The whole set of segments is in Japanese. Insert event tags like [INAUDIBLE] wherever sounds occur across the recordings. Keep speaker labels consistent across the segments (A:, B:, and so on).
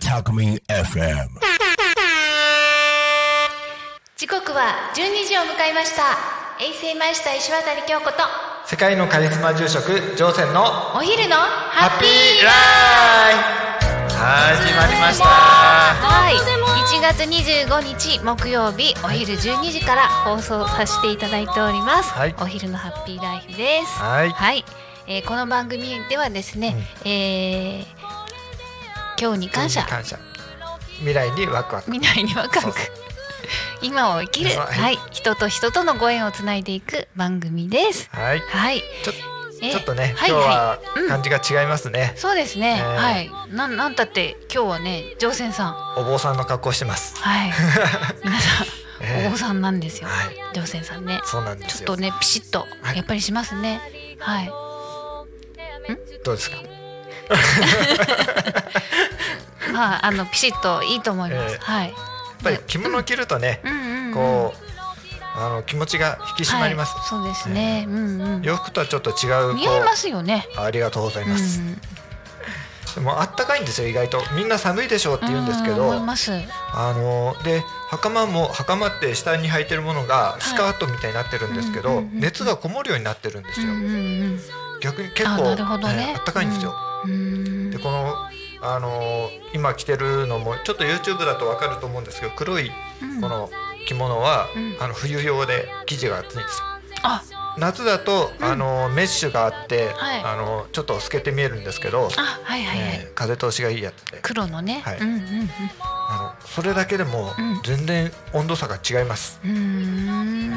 A: Talkmin FM.
B: 時刻は12時を迎えました衛星マイスター石渡京子と
C: 世界のカリスマ住職ジョーセンの
B: お昼のハ
C: ハッ
B: ッ
C: ピ
B: ピ
C: ー
B: ー
C: ラ
B: ラ
C: イフ始まりました
B: はい、1月25日木曜日お昼12時から放送させていただいております、
C: はい
B: お昼のハッピーライフです
C: はい
B: えーこの番組ではですね、えー今日に感謝
C: 感謝未来にワクワク
B: 未来にワクワク
C: そう
B: 今を生きる、
C: はい
B: はい、人と人とのご縁をつないでいく番組です
C: はい
B: はい
C: ちょ
B: え
C: ちょっとね、
B: はい
C: 今日は
B: うん
C: 感じが違いますね、
B: そうですね、
C: ね
B: はいなんなんたって今日はね乗船さん
C: お坊さんの格好してます
B: はい
C: [LAUGHS]
B: 皆さん、
C: ええ
B: お坊さんなんですよ
C: はい
B: 乗船さんね
C: そうなんで
B: ち
C: す
B: ょっ
C: よ
B: とねピシッと
C: はい
B: やっぱりしますねはい、
C: どうですか
B: まああのピシッといいと思います、
C: ええ
B: はい
C: やっぱり着物を着るとね、
B: うんうん、うん、
C: こうあの気持ちが引き締まります、
B: はい、そうですね、うんうん
C: 洋服とはちょっと違う
B: 似合いま
C: こ
B: すよね
C: うありがとうございます、
B: うん
C: でもあったかいんですよ意外とみんな寒いでしょうって言うんですけ
B: う
C: ど、
B: 思います
C: あので袴も袴って下に履いてるものが
B: い
C: スカートみたいになってるんですけど、
B: うんうんうんうん
C: 熱がこもるようになってるんです
B: うん
C: よ、
B: うん
C: 逆に結
B: あ
C: 構
B: なるほどね
C: あったかいんですよ、
B: うん
C: でこのあの今着てるのもちょっと YouTube だとわかると思うんですけど黒い
B: うん
C: この着物は、
B: うん
C: あの冬用で生地が厚いんですよ
B: あ
C: 夏だと、
B: うん
C: あのメッシュがあって、
B: はい
C: あのちょっと透けて見えるんですけど、
B: あはいはいはい、
C: えー風通しがいいやつで
B: 黒のね、
C: はい
B: うんうんうん
C: あのそれだけでも
B: うん
C: 全然温度差が違います、
B: うーん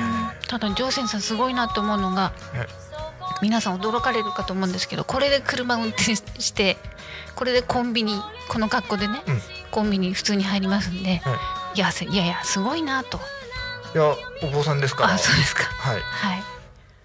B: ただ乗船さんすごいなと思うのが
C: ね
B: 皆さん驚かれるかと思うんですけどこれで車運転してこれでコンビニこの格好でね、
C: うん
B: コンビニ普通に入りますんで、いやせいやいやすごいなと
C: いやお坊さんですから
B: あそうですか
C: はい
B: はい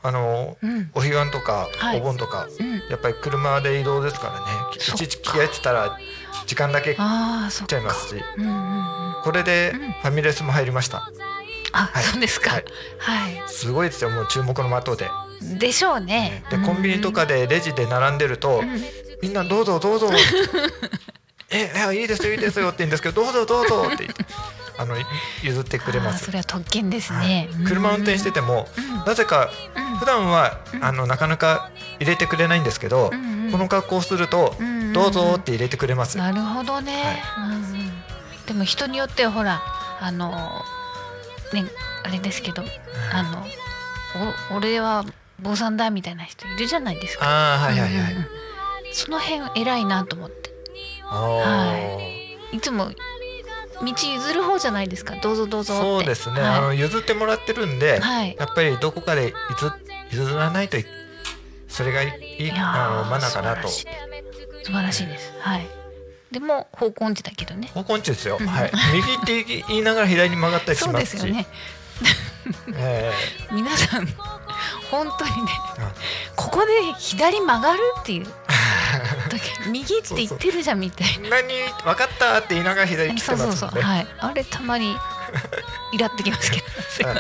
C: あの
B: うん
C: お彼岸とか、
B: はい
C: お盆とか
B: うん
C: やっぱり車で移動ですからねい
B: そっか
C: ちいち着替えてたら時間だけ食っ
B: ああそっ
C: ちゃいま
B: か
C: すし
B: うんうんうんあ、
C: これで
B: うん
C: ファミレスも入りました、はい
B: そうですかは
C: はいい、すごいですよもう注目の的で、
B: でしょうね
C: でコンビニとかでレジで並んでると、
B: うん
C: みんなどうぞどうぞ [LAUGHS] えいやいいですよいいですよって言うんですけどどうぞどうぞっ
B: [LAUGHS]
C: て言ってあの譲ってくれま
B: あー
C: す
B: それは特権です
C: はい
B: ね、うん
C: 車運転してても
B: うん
C: なぜか
B: うん
C: 普段は
B: うん
C: あのなかなか入れてくれないんですけど
B: うんうん
C: この格好をすると
B: うんうん
C: どうぞって入れてくれます
B: なるほどね、うんうんでも人によってはほらあのねあれですけどあのお俺は坊さんだみたいな人いるじゃないですか
C: ああはいはいはい
B: うんうんうんその辺偉いなと思って
C: あ
B: いつも道譲る方じゃないですかどうぞどう
C: ー
B: ぞって
C: そうですね
B: はい
C: あの譲ってもらってるんで
B: はい
C: やっぱりどこかで譲譲らないといそれがいい
B: いやー
C: あのマナーかなと
B: 素晴らしい素晴らしいですはいでも方向音痴だけどね
C: 方向音痴ですよ
B: うん
C: はい右って言いながら左に曲がったりし
B: そう
C: ま
B: ですす
C: し
B: よね
C: え
B: 皆さん本当にね
C: えあ
B: ここで左曲がるっていう時右って言ってるじゃんみたい
C: 何分かったって言いながら左
B: な
C: 来
B: そ
C: て
B: うそう
C: ます
B: そう
C: ので
B: はいあれたまにイラってきますけどすいま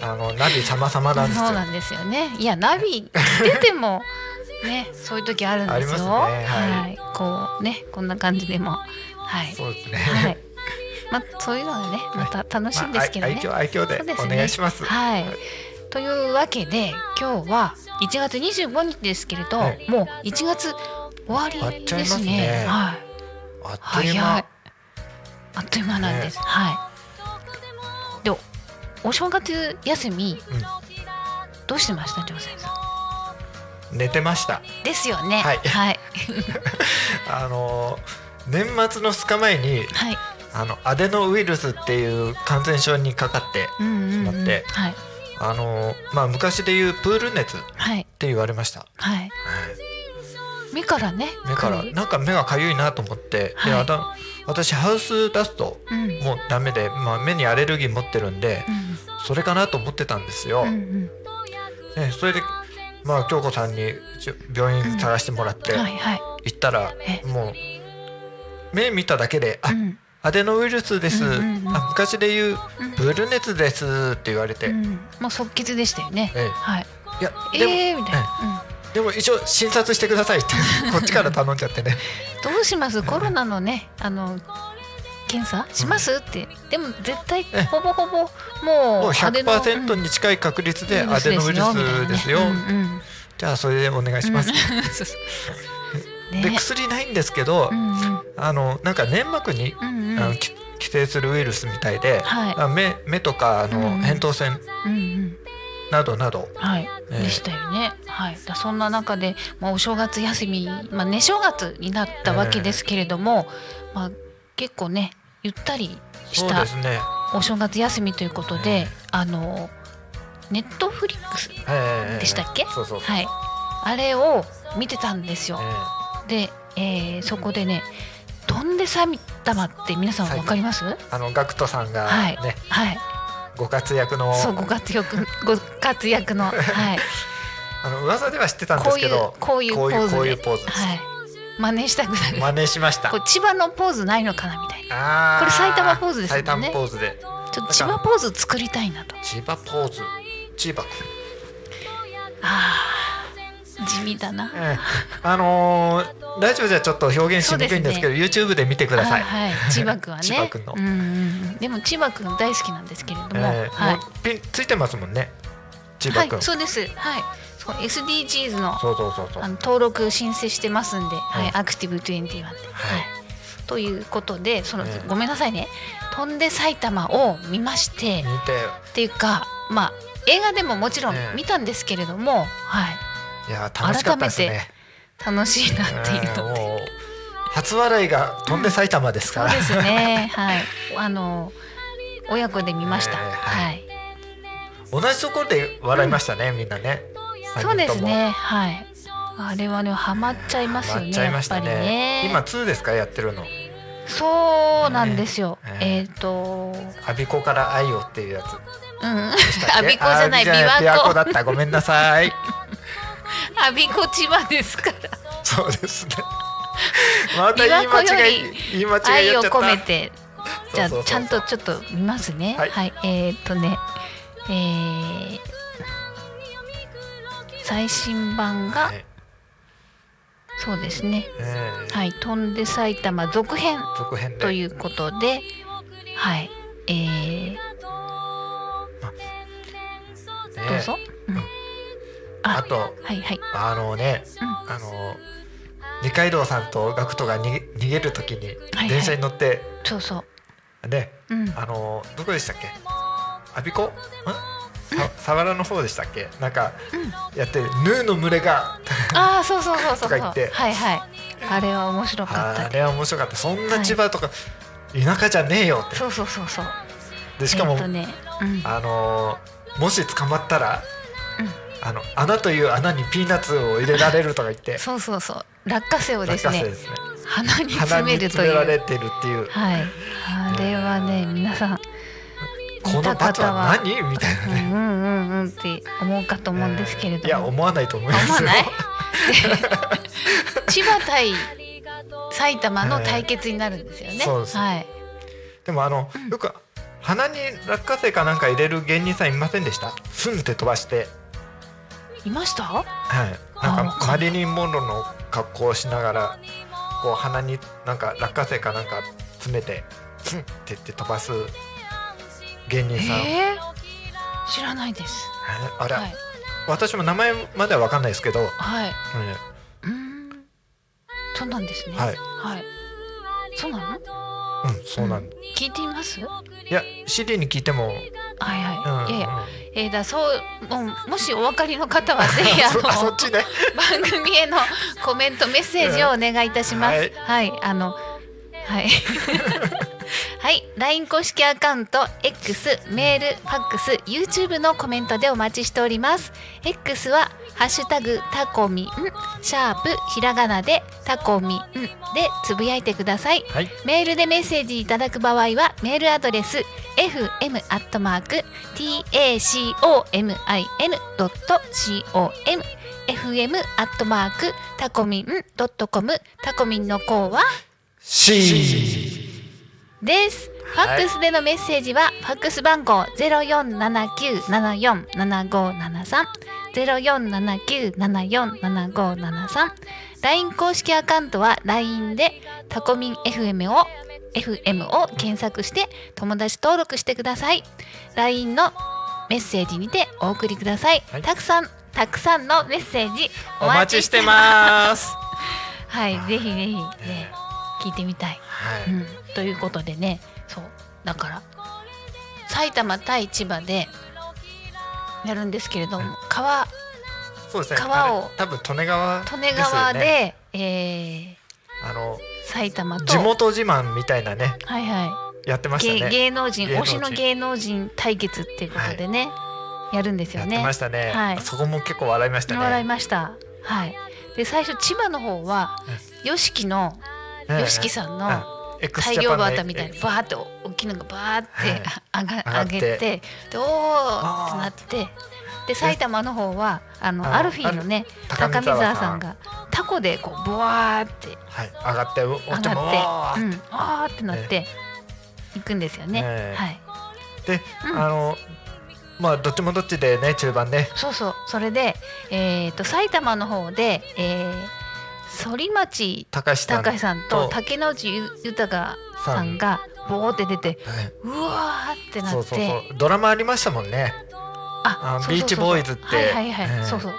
B: せん
C: あのナビ様々なんですよ
B: そうなんですよねいやナビ出てもねそういう時あるんですよ、
C: ありますねはい
B: こうねこんな感じでもはい
C: そうですね [LAUGHS]
B: はいまあそういうのがねまた楽しいんですけどね、
C: まあ愛愛嬌愛
B: そう
C: 嬌で
B: です
C: お
B: ね
C: 願いします。
B: はい。というわけで今日は1月25日ですけれど、
C: はい
B: もう1月終わり
C: 終わっちゃい
B: で
C: ますす
B: ね。
C: ね
B: はい。
C: あっと
B: 早
C: いう
B: い。
C: 間。
B: あっという間なんです。はい。で、お正月休み、
C: うん
B: どうしてました、女性さん。
C: 寝てました。
B: ですよね。
C: はい
B: はい。
C: あの年末の2日前に
B: はい。
C: あのアデノウイルスっていう感染症にかかって、
B: うんうん、うん。
C: しまって
B: はい。
C: あのまあ昔でいうプール熱っ
B: はい。
C: て言われました。
B: はい。
C: はい
B: 目からね。
C: 目から
B: 来る
C: なんか目が痒いなと思って、
B: はい
C: であた私ハウスダスト
B: うん。うん。
C: もうダメで、まあ、目にアレルギー持ってるんで、それかなと思ってたんですよ。
B: うんうん。
C: ね、それで、まあ、京子さんにちょ病院探してもらって
B: はい。はい。
C: 行ったら、
B: え
C: もう目見ただけで「あ、
B: うん。
C: アデノウイルスです」
B: うんうんうん
C: あ昔で言う
B: うん
C: 「ブルネツです」って言われて、
B: うん、もう即決でしたよね。
C: ええ
B: はい。
C: いやでも、
B: ええー、みたいな。
C: でも一応診察してくださいってこっちから頼んじゃって
B: [LAUGHS]
C: ね
B: どうしますコロナのねあの検査します、ってでも絶対
C: え
B: ほぼほぼもう
C: もう
B: アデノ
C: 100%に近い確率でアデノウイルスですよ
B: うんうん
C: じゃあそれでお願いします、
B: うんそうそうね
C: で薬ないんですけど、
B: うんうん
C: あのなんか粘膜に、
B: うんうん
C: あのき寄生するウイルスみたいで、
B: はい
C: あ目目とかあ
B: うんう
C: の
B: ん
C: 扁桃腺
B: うんうん
C: などなど、
B: はい、
C: ええ
B: でしたよね。はい、だそんな中で、まあ、お正月休み、まあ、ね正月になったわけですけれども、まあ、結構ねゆったりし
C: そう
B: た
C: ですね、
B: お正月休みということで、
C: ええ
B: あのネットフリックス
C: ええ
B: でしたっけ、
C: そうそうそう、
B: はい、あれを見てたんですよ。で、えーそこでね「飛んで埼玉」って皆さんわかります、
C: ええあのガクトさんが
B: はい
C: ね、
B: はい、
C: ご活躍の
B: そうご活躍ご活躍の、はい、
C: あの噂では知ってたんで
B: こ
C: す
B: うい
C: け
B: う
C: ど
B: こういう
C: こ
B: ポ
C: うい
B: ー
C: う
B: ズ
C: こうい
B: で
C: うポーズです、
B: はい、真似したくなる
C: 真似しました
B: こう千葉のポーズないのかなみたいな
C: あー
B: これ埼玉ポーズですもんね
C: 埼玉ポーズで
B: ちょっと千葉ポーズ作りたいなと
C: 千葉ポーズ千
B: [LAUGHS]
C: 葉、
B: あー地味だな
C: ええあのーラジオじゃちょっと表現しにくいんですけど YouTube で見てください、
B: あはい、千葉くんはね
C: [LAUGHS] 千葉くんの
B: うんうんうんでも千葉くん大好きなんですけれども、
C: ええ
B: はい
C: もうピンついてますもんね千
B: は
C: 葉くん、
B: い、そうですはいそう SDGs の
C: そうそうそうそう
B: あの登録申請してますんで、はい
C: はい
B: アクティブ21で、はい
C: はい
B: ということでその、
C: ええ
B: ごめんなさいね「飛んで埼玉」を見まして、
C: 見て
B: っていうかまあ映画でももちろん
C: ええ
B: 見たんですけれども、はい
C: いや楽しかったですね
B: 楽しいなっていう
C: うん
B: ので、
C: もう初笑いが飛んで埼玉です
B: そ
C: から、
B: うですねはいあの親子で見ました、
C: ええは
B: はい、
C: 同じところで笑いましたね、みんなね三人と
B: そう
C: も
B: ですねはいあれはねハマっちゃいますよ
C: 笑
B: ね
C: っちゃい
B: や
C: ま
B: っ
C: し
B: ぱ
C: た
B: り
C: ね
B: ね
C: 今2ですかやってるの
B: そうなんですよ、
C: ええ
B: えっ、と
C: アビコから愛をっていうやつ
B: うん
C: でしたっ
B: [LAUGHS] ア
C: け
B: ビコじゃない
C: あ
B: 琵琶湖
C: 琵琶湖だったごめんなさい [LAUGHS]
B: アビコ千葉ですから
C: そうです
B: [LAUGHS]
C: ねまた言い間違い
B: 琵琶湖より
C: 言い間違い
B: 愛
C: や
B: を
C: っちゃった
B: 込めてじゃあ
C: そうそうそうそう
B: ちゃんとちょっと見ますねは、
C: はいい
B: えーっとねえー最新版が、
C: ね
B: そうですね
C: ええ
B: はい「飛んで埼玉」続編
C: 続編で
B: ということではいえー、
C: ね
B: どうぞ、うんあ
C: あと
B: はいはい
C: あのね、
B: うん
C: あの二階堂さんとガクトが逃げ逃げるときに
B: はい
C: 電車に乗って、
B: そうそう
C: ね
B: うん
C: あのどこでしたっけアビコんさサワラの方でしたっけなんかやってるヌーの群れが
B: ああそうそうそうそうそ
C: とか
B: う
C: 言って
B: はいはいあれは面白かった
C: あ
B: で
C: れは面白かったそんな千葉とか、田舎じゃねえよって
B: そうそうそうそう
C: でしかも、
B: えーっとね、うん、
C: あのもし捕まったら、
B: うん
C: あの穴という穴にピーナッツを入れられるとか言って
B: そうそうそう落花生をです
C: 落花生
B: ね
C: ですね
B: 鼻に詰
C: 鼻に
B: めると
C: 詰
B: い
C: められ
B: う
C: てるっていう
B: はいあれはね皆さん
C: この罰は何みたいな
B: う
C: ね、
B: んうんうんうんって思うかと思うんですけれど
C: いや
B: も、
C: 思わないと思いま
B: 思わ
C: すよ [LAUGHS]
B: ない [LAUGHS] 千葉対埼玉の対決になるんですよね、
C: えーそうです
B: はい
C: でもあの、よく鼻に落花生かなんか入れる芸人さんいませんでしたふんって飛ばして、
B: いました
C: はい、
B: あ
C: なん
B: わかんな
C: かマ
B: い
C: リリン・モンローの格好をしながらこう鼻になんか落花生かなんか詰めてふんって言って飛ばす芸人さん、
B: えー、知らないです
C: あれ、
B: はい
C: 私も名前までは分かんないですけど、うん
B: はいうんそうなんですね
C: はい
B: はい、そうなの
C: うん、そうなん、い
B: 聞いてみますはい
C: や CD に聞いても、うん
B: は
C: うん
B: い、いやいやえー、だそうもうもしお分かりの方はぜひあ
C: そ
B: の
C: あそっちね
B: 番組へのコメントメッセージをお願いいたします。
C: はい
B: はい、あのはい。 [LAUGHS] はい、LINE 公式アカウント X メールファックス YouTube のコメントでお待ちしております X はハッシュタグタコミンシャープひらがなでタコミンでつぶやいてください
C: はい
B: メールでメッセージいただく場合はメールアドレス fm.tacomin.com fm アットマークタコミンドットコムタコミンの項は
C: C
B: です。ファッ
C: はい
B: クスでのメッセージは、ファックス番号ゼロ四七九七四七五七三0479747573 LINE 公式アカウントは LINE でタコミン FM を FM を検索して友達登録してください LINE のメッセージにてお送りください、
C: はい
B: たくさんたくさんのメッセージ
D: お待ちしてます。
B: すはいぜひぜひね
C: え
B: 聞いてみたい、
C: は
B: う
C: い
B: ん、ということでねそうだから埼玉対千葉でやるんですけれども川
C: そうですね
B: 川を
C: あれ多分利根川
B: 利根川で
C: ですよね
B: えー
C: あの
B: 埼玉と
C: 地元自慢みたいなね
B: はいは
C: やってま
B: い、
C: した
B: 芸
C: ね
B: 芸能人
C: 芸能
B: 推
C: 人
B: しの芸能人対決っていうことでね、やるんです
C: や
B: よ
C: って
B: ね
C: ましたね、
B: はい
C: そこも結構笑いましたね
B: 笑いましたはいで最初千葉の方は YOSHIKI の
C: ね
B: YOSHIKI さんの
C: うん X
B: 大
C: ジャ
B: 量
C: パンの
B: バーターみたいにバーって大きいのがバーってあ上が
C: 上がっ
B: 上
C: て
B: げてでおーってなってで埼玉の方はあの
C: あの
B: アルフィーのね
C: 高見
B: 高見沢
C: 沢
B: さ
C: さ
B: ん
C: ん
B: がタコでこうブワーって
C: はい、上がっておっ
B: 上
C: ちゃんも
B: がって、う
C: おー
B: ん、あーってなって行くんですよね。
C: ね
B: はい、
C: で、
B: うん
C: あのまあどっちもどっちでね中盤ね
B: そうそう、それで、えっ、と、埼玉の方で、えー、反町
C: 高橋さん
B: 隆史さんと竹野内豊さんがボーって出て、
C: はい、
B: うわーってなって、
C: そうそうそうドラマありましたもんね
B: あ
C: あ
B: そうそうそう
C: ビーチボーイズって
B: はいはいはい、
C: うん
B: そうそう、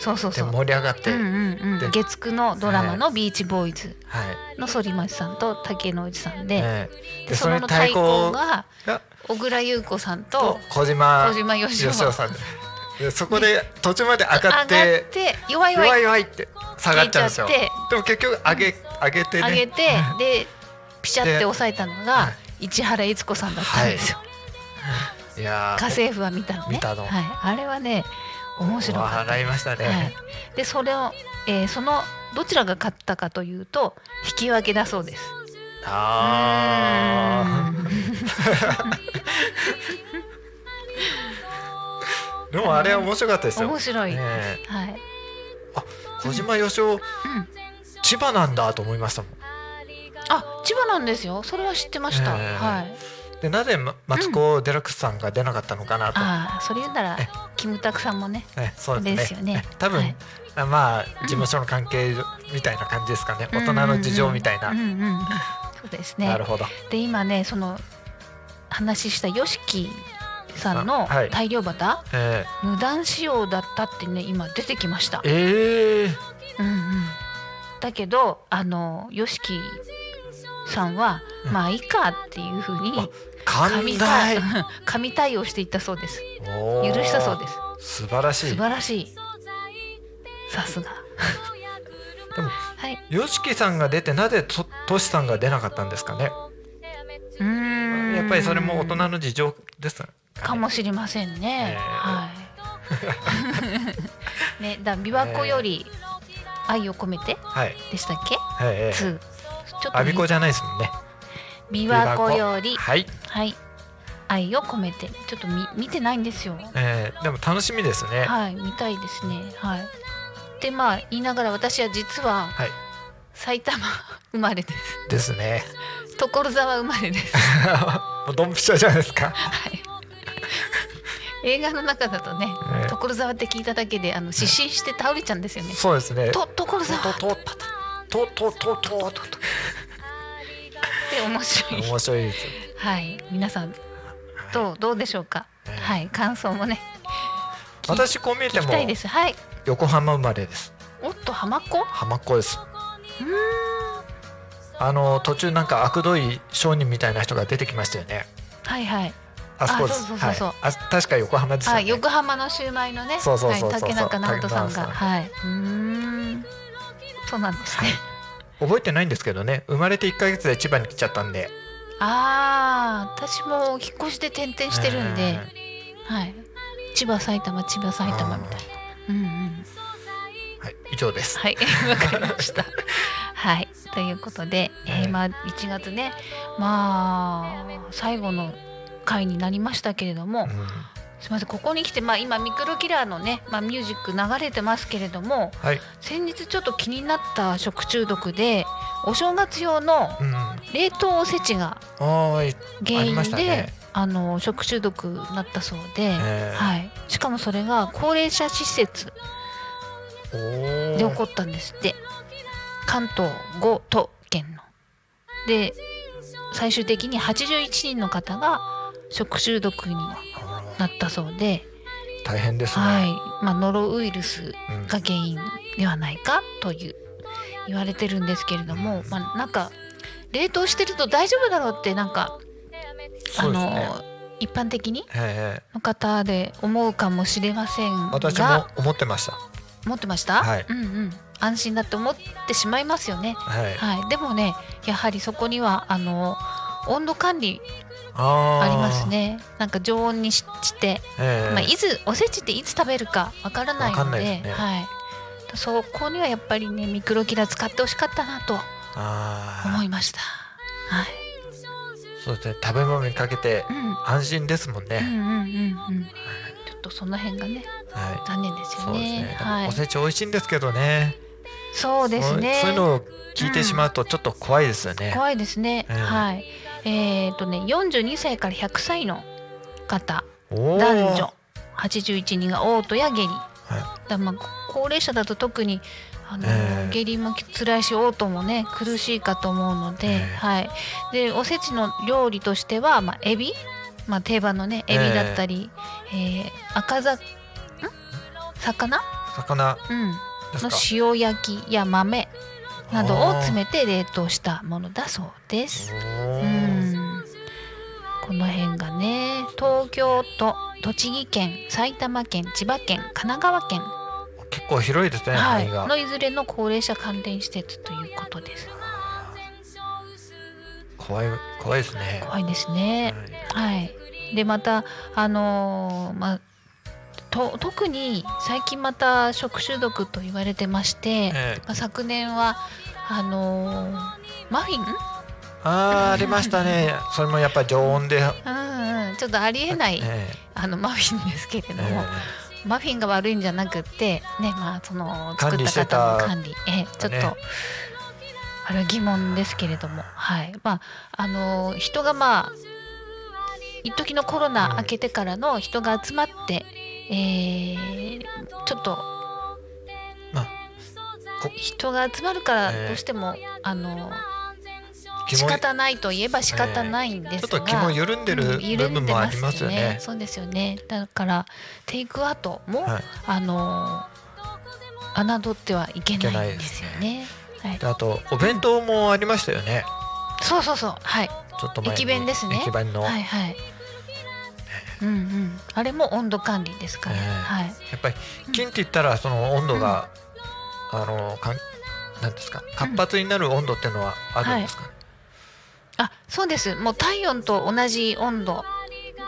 B: そうそう
C: で
B: そう。
C: 盛り上がって、
B: うんうんうん、
C: で
B: 月9のドラマの「ビーチボーイズ
C: はい、」
B: の反町さんと竹野内さんで,、
C: ね
B: で
C: で
B: そ
C: そ
B: の
C: れに対
B: 対抗
C: 抗
B: が
C: が
B: 小倉優子さんと
C: と小島
B: 小島よしお
C: よしおさんででそこで途中まで上
B: 上が
C: が
B: っ
C: って
B: て弱い弱い
C: 弱い弱いって下がっちゃうんですよ
B: 聞いちゃって
C: でも結局上げ上げてね
B: 上げて、でピシャって抑えたの
C: は
B: が市原悦子さんだったんですよ、
C: いやー
B: 家政婦は見たのね
C: 見たの
B: はい、あれはね面白かった
C: 笑いましたね、
B: はい、でそれを、えーそのどちらが勝ったかというと引き分けだそうです
C: あ
B: うーん
C: ーでもあれ面白かったですよ
B: 面白い、
C: ねえ
B: はい、うん、
C: 小島よしお千葉なんだと思いましたもん
B: あ千葉なんですよそれは知ってました、
C: ええ
B: はい
C: でなぜまマツコ・デラックスさんが出なかったのかなと、
B: ああそれ言うなら
C: え
B: キムタクさんもね
C: ね、そうですね
B: ですよね
C: 多分、
B: はい
C: あまあ事務所の関係みたいな感じですかね、大人の事情みたいな、
B: うんうんうんうんうんそうですね
C: なるほど
B: で今ねその話した YOSHIKI さんの
C: あはい
B: 大量バタ
C: え
B: ー、無断使用だったってね今出てきました
C: ー、、えー、
B: うんうん、だけどあの YOSHIKI さんは、
C: うん
B: まあいいかっていうふうに
C: 寛
B: 神対
C: 大
B: 神対応していったそうです
C: お
B: [LAUGHS] 許
C: ー
B: したそうです
C: 素晴らし
B: 素
C: い
B: 晴らしいさすが
C: でも
B: はい
C: よしきさんが出てなぜととしさんが出なかったんですかね
B: うーん
C: やっぱりそれも大人の事情ですかね
B: かもしれませんね。
C: えー
B: はい。 [LAUGHS] ね、だ琵琶湖より愛を込めて
C: はい
B: でしたっけ？
C: はいえ
B: ツ
C: ー
B: ー。ちょっと
C: アビコじゃないですもんね
B: 琵琶湖より
C: はい、
B: はい愛を込めてちょっと見見てないんですよ。
C: えー、でも楽しみですね
B: はい、見たいですね。はい。でまあ言いながら私は実は
C: はい
B: 埼玉生まれです。
C: ですね
B: 所沢生まれ [LAUGHS] です。
C: もうドンピシャじゃないですか
B: はい。映画の中だとね、
C: えー
B: 所沢って聞いただけであの失神して倒れちゃうんですよね。
C: そうですね
B: と所沢
C: ととととととととと
B: で面白い。
C: 面白いですよ
B: はい、皆さん
C: はい
B: どうどうでしょうか。
C: ええ
B: はい、感想もね聞
C: 私こう見えて
B: 聞き
C: も
B: たいです。はい。
C: 横浜生まれです
B: おっと浜っ子？う
C: 浜っ子です
B: ーん。
C: あの途中なんか悪どい商人みたいな人が出てきましたよね
B: はいはい。
C: あそこです
B: あそうそうそうそう
C: はい、あ確か横浜ですよ
B: あ、
C: ね
B: 横浜のシューマイのね。
C: そうそうそうそう
B: はい、竹中直人さん
C: 竹中
B: が。
C: 直人さん
B: はい。うーん。そうなんですね。
C: 覚えてないんですけどね生まれて1ヶ月で千葉に来ちゃったんで
B: ああ、私もお引っ越しで転々してるんで、
C: え
B: はい。千葉埼玉千葉埼玉みたいな。うんうん。
C: ーはい以上です
B: はい、 [LAUGHS] わかりました。はい、ということで、えー
C: はい
B: まあ1月ね、まあ最後の回になりましたけれども、
C: うん
B: すみませんここに来てまあ今ミクロキラーのね、まあミュージック流れてますけれども、
C: はい
B: 先日ちょっと気になった食中毒で、お正月用の
C: うんは
B: 冷凍おせちが
C: ーい
B: 原
C: あり
B: 因
C: ました
B: で
C: ね
B: あの食中毒になったそうで、
C: えー
B: はい、しかもそれが高齢者施設
C: お
B: で起こ
C: ー
B: ったんですって関東5都県の。で最終的に81人の方が食中毒に
C: あ
B: な
C: ら
B: ったそうで、
C: 大変ですね、
B: はいまあ、ノロウイルス
C: うん
B: が原因ではないかという言われてるんですけれども、まあ、なんか冷凍してると大丈夫だろうってなんか、あ
C: そうですね
B: の一般的に
C: ええ
B: の方で思うかもしれません
C: 私
B: が
C: も思ってました
B: 持ってました、
C: はい
B: うんうん、安心だって思ってしまいますよね、
C: はい
B: はい、でもねやはりそこにはあの温度管理
C: あ
B: あ
C: ー
B: りますねなんか常温にしして、
C: ええ
B: まあ、いつおせちっていつ食べるかわからない
C: わかん
B: の
C: ない
B: で
C: ですね
B: はい、そこにはやっぱりねミクロキラ使ってほしかったなと
C: あー
B: 思いました、はい
C: そうですね食べ物にかけて
B: うん、
C: 安心ですもん
B: うん
C: ね、
B: うんうんうんちょっとその辺がね
C: はい
B: 残念です
C: そ
B: よ
C: うです
B: ね
C: ね、
B: は
C: お
B: い
C: せち美味しいんですけどね
B: そうですね
C: そうそういうのを聞いてしまうとちょっと怖いですよね、
B: 怖いですね。
C: ええ
B: はい。えっ、とね、42歳から100歳の方、
C: おー
B: 男女81人が嘔吐や下痢。
C: は
B: だまあこ高齢者だと特にあの、
C: ええ
B: 下痢もき辛いし嘔吐もね苦しいかと思うので、
C: ええ
B: はい。でおせちの料理としてはまあエビ、まあ定番のねエビだったり、えー赤ざん魚、
C: 魚
B: うん、
C: です
B: の
C: か
B: 塩焼きや豆などを詰めて冷凍したものだそうです。
C: お
B: う
C: ー
B: んこの辺がね東京都栃木県埼玉県千葉県神奈川県、
C: 結構広いですね、
B: はい、
C: 範囲が
B: のいずれの高齢者関連施設ということです
C: 怖い怖いですね
B: 怖いですねはいでまたあのーまあと特に最近また食中毒と言われてまして、
C: ええ
B: まあ、昨年はあのーマフィン
C: あーありましたねそれもやっぱり常温で
B: うんうんちょっとありえない、
C: ええ
B: あのマフィンですけれど
C: え
B: も、マフィンが悪いんじゃなくってねまあその作
C: 管
B: っ
C: 理して
B: た
C: た
B: 方の管理ええちょっと、
C: ね
B: あれは疑問ですけれどもはいまああの人がまあ一時のコロ
C: うん
B: ナ明けてからの人が集まって、えーちょっと
C: まあこ
B: 人が集まるから
C: ええ
B: どうしても、あの
C: え
B: 仕
C: 肝ち
B: 方ないといえば仕方ないんですが、
C: ょっと気も緩んで
B: う
C: る
B: ん緩
C: 部
B: ん
C: 分
B: で
C: もありますよね,、
B: そうですよねだからテイクアウトも、
C: はい
B: あのー侮ってはいけないんですよねはい
C: で、あとお弁当もありましたよね
B: そうそうそうはい
C: ちょっと前に
B: 駅弁ですね
C: 駅弁の、
B: はい
C: や
B: はいうんうんあれも温度管理ですから、
C: ええ
B: はい
C: っぱり菌って言ったらその温度が、あのかんなんですか活発になる温度っていうのはあるんですか、
B: あそうですもう体温と同じ温度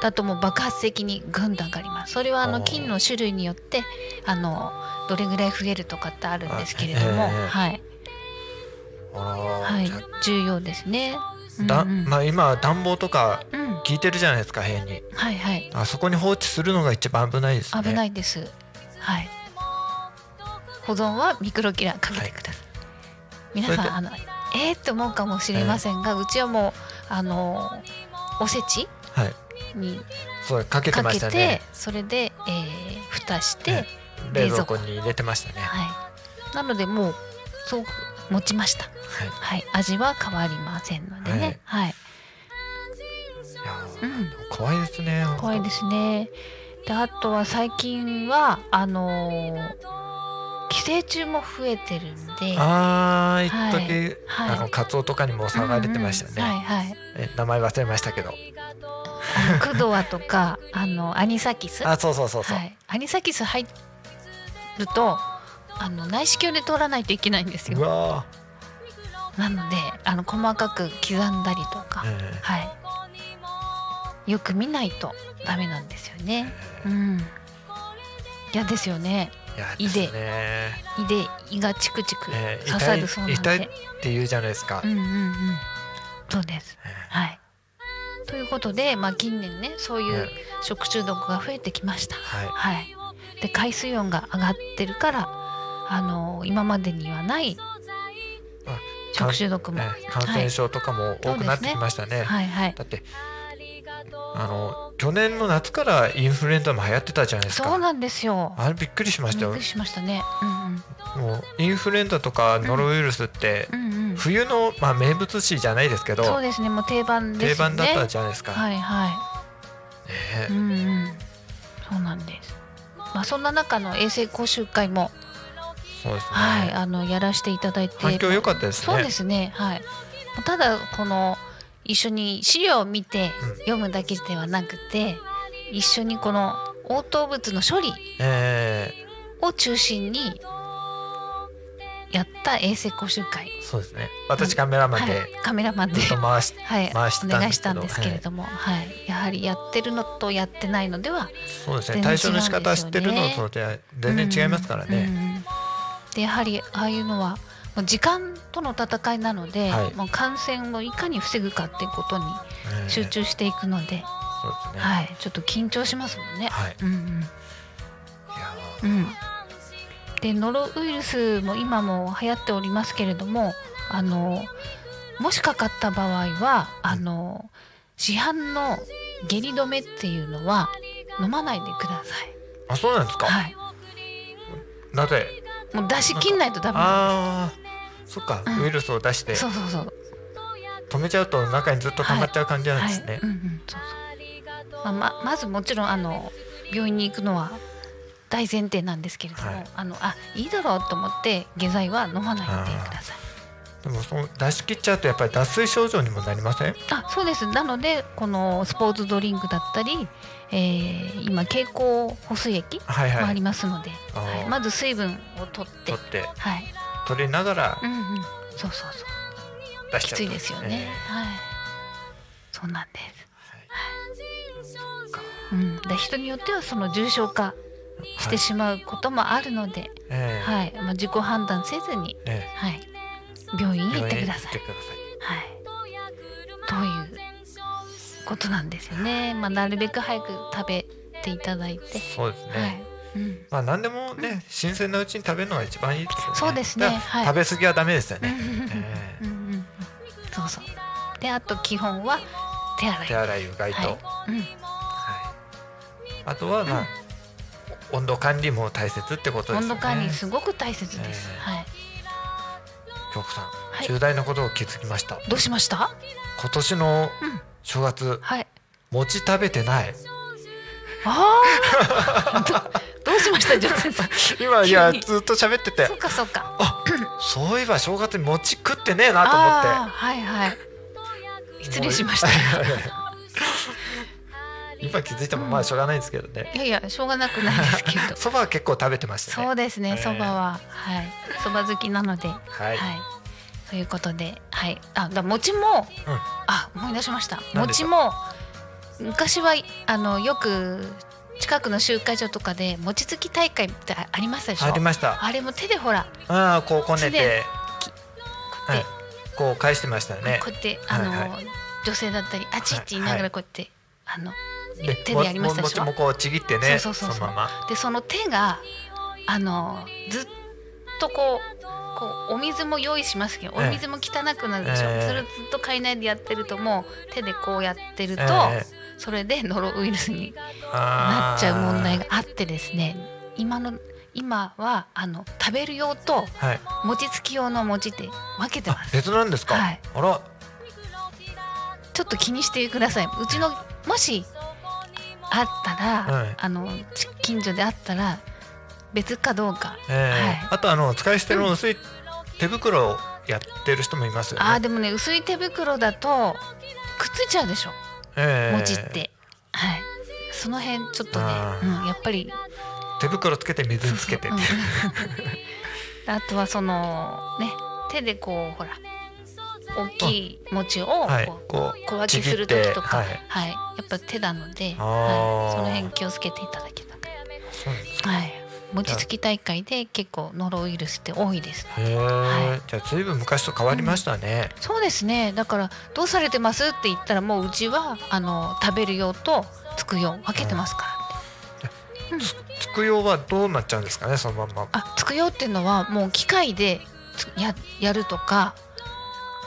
B: だともう爆発的にぐんと上がりますそれはあ
C: お
B: の
C: ー
B: 菌の種類によってあのどれぐらい増えるとかってあるんですけれども、
C: あええ
B: はい、
C: あら
B: はい
C: じゃあ、
B: 重要ですね
C: だ
B: うんうん
C: まあ、今暖房とか
B: うん、
C: 効いてるじゃないですか部屋に
B: はいはい
C: あそこに放置するのが一番危ないですね
B: 危ないです、はい保存はミクロキラーかけてください、皆
C: そ
B: さ
C: れ
B: ん
C: で
B: あのえー、って思うかもしれませんが、うちはもうあのおせち
C: はい
B: に
C: そうかけて
B: か
C: ま
B: け
C: してたね
B: それで、えー、蓋して、
C: ね冷蔵庫に入れてましたねは
B: はいなのでもうそう持ちました
C: い
B: はい味は変わりませんのでねはい、
C: いやー
B: うん
C: でも怖いですね
B: 怖いですすね。であとは最近はあのー寄生虫も増えてるんで、
C: あー一時、
B: はい
C: あのカツオとかにも騒がれてましたよね、
B: うんうんはいはい。
C: え名前忘れましたけど
B: あのクドアとか [LAUGHS] あのアニサキス、
C: あそうそうそうそう、
B: はい、アニサキス入るとあの内視鏡で取らないといけないんです
C: う
B: よ。
C: わ
B: なのであの細かく刻んだりとか、
C: ー、え
B: はい。よく見ないとダメなんですよね。
C: ー
B: うん。嫌ですよね。
C: いや
B: 胃
C: で
B: です
C: ね
B: 胃で胃がチクチク
C: えー
B: 刺さるそうなん
C: 痛い痛いっ
B: で、
C: て言うじゃないですか、
B: うんうんうんそうです
C: え
B: はいということで、まあ、近年ねそうい
C: え
B: う食中毒が増えてきました
C: はい
B: はいで海水温が上がってるからあの今までにはない
C: あ
B: 食中毒も、
C: ね感染症とかも多くなってきましたね、
B: はいはい
C: だってあの去年の夏からインフルエンザも流行ってたじゃないですか
B: そうなんですよ
C: あれびっくりしました
B: びっ
C: よ
B: くりしましたねうん
C: もうインフルエンザとかノロウイルスって
B: うんうんうん
C: 冬の、まあ、名物詩じゃないですけど
B: そうですねもう定番で
C: 定
B: すよ
C: 番
B: ね
C: だったじゃないですか、
B: はいは
C: ね
B: いうんうんそうなんですまあそんな中の衛星講習会も
C: そうですね、
B: はいあのやらせていただいて
C: 反響良かったですね
B: そうですねはいただこの一緒に資料を見て
C: うん
B: 読むだけではなくて一緒にこの応答物の処理
C: え
B: を中心にやった衛星講習会、
C: ーそうですね私カメラマン
B: は
C: で
B: い、カメラマンで
C: ずっと回し、
B: はい、
C: 回して
B: お
C: たんですけど
B: 願いしたんですけれども、はいやはりやってるのとやってないのでは
C: そうです
B: 全然違う
C: ね
B: ん
C: 対象の仕方知ってるの
B: ですよ
C: とでは全然違いますから
B: うん
C: ね、
B: うんでやはりああいうのはもう時間との戦いなので、
C: はい
B: もう感染をいかに防ぐかっていうことに
C: えー
B: 集中していくので、
C: そうですね
B: はい、ちょっと緊張しますもんね。
C: はい
B: うん
C: いや
B: うんうん、でノロウイルスも今も流行っておりますけれどもあのもしかかった場合はあの市販の下痢止めっていうのは飲まないでください。
C: ーあそうなんですか、
B: はい、
C: なぜ
B: もう出し切んないとダメなんです。
C: ああそっか、
B: うん
C: ウイルスを出して
B: そうそうそう。
C: 止めちゃうと中にずっと溜まっちゃう感じなんですね、
B: はい。うんうん。そうそう。まあ、ままずもちろんあの病院に行くのは大前提なんですけれども、
C: はい
B: あのあいいだろうと思って下剤は飲まないでください。
C: でもその出し切っちゃうとやっぱり脱水症状にもなりません
B: あそうですなのでこのスポーツドリンクだったり、えー今蛍光補水液
C: はい
B: も
C: は
B: あ
C: い
B: りますので、
C: あー
B: はいまず水分を取って
C: 取って
B: はい
C: 取りながら
B: うんうんそうそうそう
C: 出し
B: き
C: ちゃう
B: ついですよね、はいそうなんですうん、だから人によってはその重症化してしまうこともあるので、
C: えーえー
B: はいまあ、自己判断せずに、
C: ええ
B: はい、病院に行ってください。
C: 病院に行ってください
B: はい、ということなんですよね、まあ、なるべく早く食べていただいて、
C: そうですね、
B: はいうん
C: まあ何でもね新鮮なうちに食べるのが一番いいですよね
B: そうですね
C: だから
B: はい
C: 食べ過ぎはダメですよ
B: うん
C: ね、え
B: うんうんうんそうそうであと基本は手洗
C: ー
B: い
C: 手洗いうがいと、はい
B: はいうん、
C: あとはまあ、温度管理も大切ってことで
B: 温
C: すよね
B: 度管理すごく大切です、
C: ええ
B: はい、
C: 京子さん、
B: い
C: 重大なことを気づきました
B: どうしました
C: 今年の
B: うん
C: 正月
B: はい
C: 餅食べてない
B: あ
C: [LAUGHS]
B: ーどどうしましたジョー先生
C: 今いや
B: 急に
C: ずっと喋ってて
B: そうかそうか
C: そういえば正月に餅食ってねえなと
B: ああー
C: 思
B: はいはい
C: って
B: 失礼しました
C: もう今気づいてもまあしょうがないですけどね
B: いやいやしょうがなくないです
C: [LAUGHS]
B: けど
C: そばは結構食べてましたね
B: そうですね、
C: えー
B: そばは、はい、そば好きなので、は、
C: はいい、
B: ということで、はい、あ、だ、餅も、
C: うん
B: あ、思い出しました。
C: 何で
B: 餅
C: しょう
B: も、昔は、あの、よく。近くの集会所とかで、餅つき大会ってありましたでしょ
C: ありました
B: あれも手でほら、こ
C: ああこうこねて、
B: う
C: は
B: やっ
C: い、こう返してましたよ
B: て、
C: ね
B: こうやって、あの、
C: はい
B: 女性だったり、あちって言いながら、こうやって、あの。
C: で
B: 手でやりましたでしょ
C: もももこうちぎってね
B: そうそうそうそう
C: のまま
B: でその手があのずっとこうこうお水も用意しますけどお
C: ええ
B: 水も汚くなるでしょ、
C: ええ
B: それをずっと買いないでやってるともう手でこうやってると、
C: ええ
B: それでノロウイルスに
C: あ
B: な
C: ー
B: っちゃう問題があってですね今の今はあの食べる用と
C: はい
B: 餅つき用の餅って分けて
C: あ
B: ます
C: 別なんですか、
B: はい
C: あら
B: ちょっと気にしてくださいうちのもしあったら、
C: はい
B: あのち近所であったら別かどうか
C: え
B: はい
C: ーあとあの使い捨ての薄い手袋をやってる人もいますよね。
B: あーでもね薄い手袋だとくっついちゃうでしょ
C: えー
B: 文字って、はいその辺ちょっとね
C: あ、
B: うん、やっぱり
C: 手袋つけて水につけて
B: うん [LAUGHS] あとはそのね手でこうほら大きい餅をこう、
C: はいこう
B: 小分けする時とか、は
C: ちぎ
B: い
C: って
B: やっぱ手なので、
C: あー
B: はい、その辺気をつけていただけたら
C: そうなんです
B: はい餅つき大会で結構ノロウイルスって多いです
C: へえ、
B: は
C: じゃあずいぶん昔と変わりましたね。
B: そうですねだから「どうされてます?」って言ったらもううちはあの食べる用とつく用分けてますからね、
C: つつくようはどうなっちゃうんですかねそのまんま。
B: あつく用っていうのはもう機械でつややるとか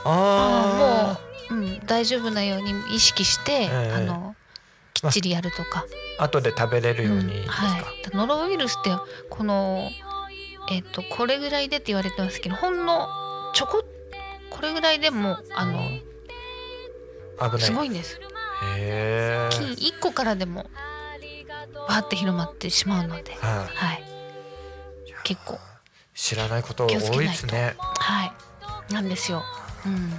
B: あ
C: あ
B: ーもう、うん、大丈夫なように意識して、
C: ええ
B: あのっちりやるとか、
C: 後で食べれるようにですか、
B: はい、ノロウイルスってこの、えっとこれぐらいでって言われてますけどほんのちょここれぐらいでもあの
C: 危ない
B: すごいんです
C: へ
B: 菌
C: え、
B: 1個からでもバーって広まってしまうので、
C: は
B: はい
C: い
B: 結構
C: 知らないこと
B: 気をつけ
C: 多い
B: な
C: で
B: いと
C: すね
B: はいなんですよ、うん、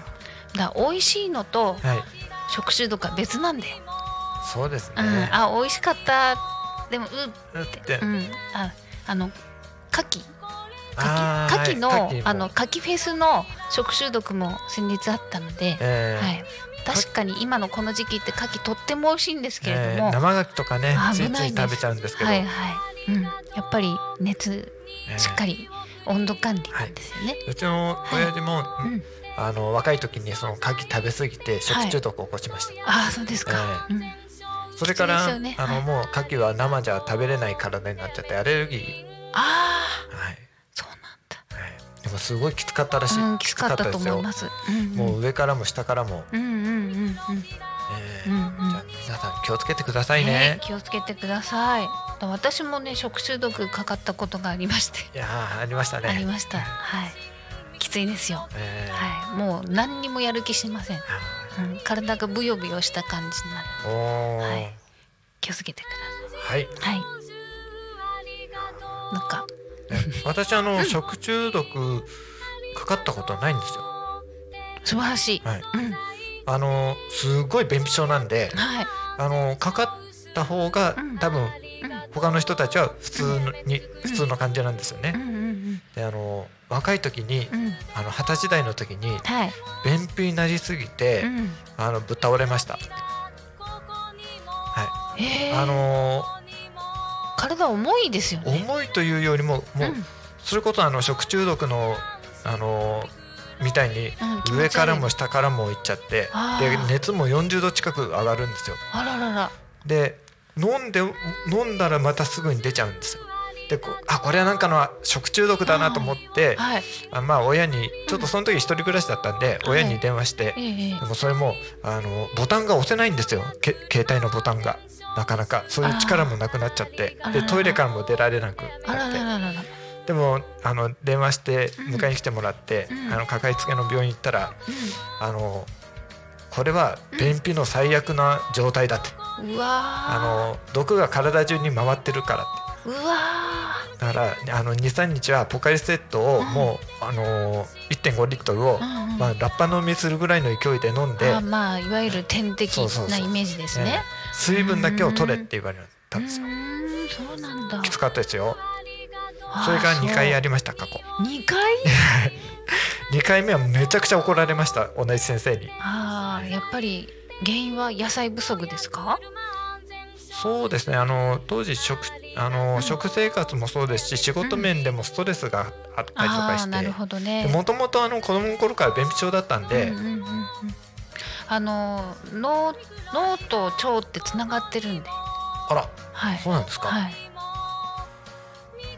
B: だから美味しいのと
C: はい
B: 食中毒は別なんで、
C: そうですね
B: うん、あ美味しかったでもう
C: うって
B: うんああの牡蠣
C: あー
B: 牡蠣
C: はい
B: の
C: 牡蠣も
B: あの牡蠣フェスの食中毒も先日あったので、
C: えー
B: はい、確かに今のこの時期って牡蠣とっても美味しいんですけれ
C: え
B: ど
C: ー
B: も、
C: 生牡蠣とかねつ
B: 危
C: いつ
B: ない
C: い
B: んです
C: 食べちゃうんですけど、
B: はいはい、うん、やっぱり熱しっか
C: り
B: り温度管理なんですよね、
C: うちの親父も、
B: いうん
C: あの若い時にその牡蠣食べ過ぎて食中毒を起こしました、
B: ああそうですか、うん、
C: それから、
B: きついですよね
C: あ
B: は
C: の
B: い
C: もう牡蠣は生じゃ食べれない体になっちゃってアレルギー、
B: あ
C: はい
B: あそうな
C: はい、でもすごいきつかったらしい、
B: んだ、うん、きつかったと思いま
C: きつか
B: す、うん
C: ったですよもう上からも下からも、
B: うんうんうんうんうん
C: え
B: う
C: ー
B: んうん
C: じゃあ皆さん気をつけてください
B: ね
C: ね、
B: 気をつけてください私もね食中毒かかったことがありまして
C: いやーありましたね
B: ありました。はい。きついですよ。
C: え
B: は
C: ー
B: い。もう何にもやる気しません。うん、体がブヨブヨした感じになる。
C: おおー
B: はい気をつけてく
C: はい
B: ださい。はい。なんか、
C: 私あの、食中毒かかったことないんですよ。
B: 素晴らしい。
C: はい、
B: うん。
C: あのすごい便秘症なんで、
B: はい。
C: あのかかった方が
B: うん
C: 多分
B: うん。
C: 他の人たちは普通に、普通の感じなんですよ
B: う
C: ね。
B: んうん
C: であの若い時に、
B: うん。うん。
C: あの二十歳代の時に
B: はい。
C: 便秘になりすぎて、
B: うん。
C: あのぶっ倒れました。
B: ええ
C: あの
B: 体重いですよね。
C: 重いというよりももう、
B: うん
C: それこそあの食中毒のあのみたいに
B: うん気持ち悪い
C: 上からも下からもいっちゃって
B: あ
C: で
B: ー
C: 熱も40度近く上がるんですよ
B: あららら。
C: で飲んで飲んだらまたすぐに出ちゃうんですよでこあこれはなんかの食中毒だなと思って
B: はい。
C: あまあ親にちょっとその時一人暮らしだったんで
B: うん
C: 親に電話して、
B: ええええ
C: でもそれもあのボタンが押せないんですよけ携帯のボタンがなかなかそういう力もなくなっちゃって
B: あーあら
C: で
B: ら
C: トイレからも出られなく
B: あ
C: な
B: ら
C: っ
B: ら
C: て
B: ららら。
C: でもあの電話して
B: うん
C: 迎えに来てもらって、
B: うん
C: あのかかりつけの病院行ったら
B: う
C: あのこれは便秘の最悪な状態だって、
B: ん。うわ
C: あの毒が体中に回ってるからって
B: ー。うわ
C: だからあの23日はポカリスエットを
B: うん
C: もう、あの1.5リットルを、
B: ー。うんうん
C: まあ、ラッパ飲みするぐらいの勢いで飲んで、
B: あまあいわゆる点滴
C: そうそう
B: な
C: そう
B: イメージです
C: ええ
B: ね。
C: 水分だけを取れって言われたんですよ
B: うーんそうなんだ。
C: きつかったですよ
B: あー
C: それが2回や
B: そ
C: りました過去
B: う二回？
C: 2回目はめちゃくちゃ怒られました同じ先生に
B: ああやっぱり原因は野菜不足ですか？
C: そうですねあの当時食あの、
B: うん
C: 食生活もそうですし仕事面でもストレスがあったりと
B: あ
C: か
B: あ
C: し
B: なる
C: て
B: ほどね。
C: もともとあの子供の頃から便秘症だったんで、
B: うんうんうんうんあの脳脳と腸ってつながってるんで、
C: あら
B: はい
C: そうなんですか、
B: はい。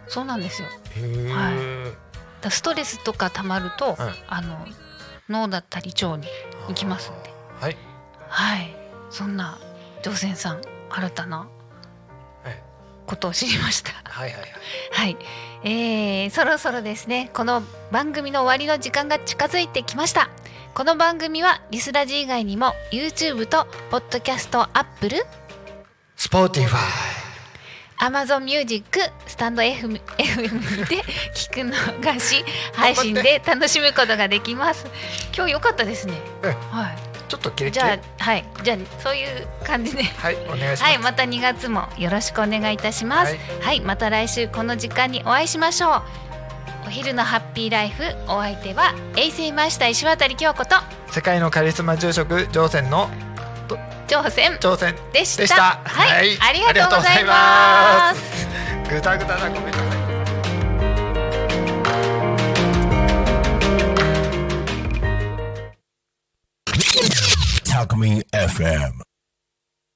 B: そうなんですよ。
C: へえ、
B: だからストレスとか溜まると、
C: はい
B: あの脳だったり腸に行きますんで。
C: はい
B: はい、そんな乗船さん新たな
C: はい
B: ことを知りました。 [LAUGHS]
C: はいはいはい
B: はい、えー、そろそろですねこの番組の終わりの時間が近づいてきましたこの番組はリスラジ以外にも YouTube と Podcast Apple
C: スポーティファ
B: Amazon Music スタンド FM, FM にて聞くのがし配信で楽しむことができます今日良かったですね
C: ええ
B: は
C: イちょっとキレ
B: い、
C: キ
B: じ
C: レ
B: ゃあはいじゃあそういう感じで
C: はいお願いします、
B: はい、また2月もよろしくお願いいたします。は
C: はいい、
B: また来週この時間にお会いしましょう。お昼のハッピーライフ、お相手は衛星マイスター石渡京子と
C: 世界のカリスマ住職乗船の
B: 挑戦
C: 挑戦
B: でした。
C: でした
B: はい、
C: はい
B: ありがとうございます。
C: ぐたぐたなコメントが
A: Talk Me FM.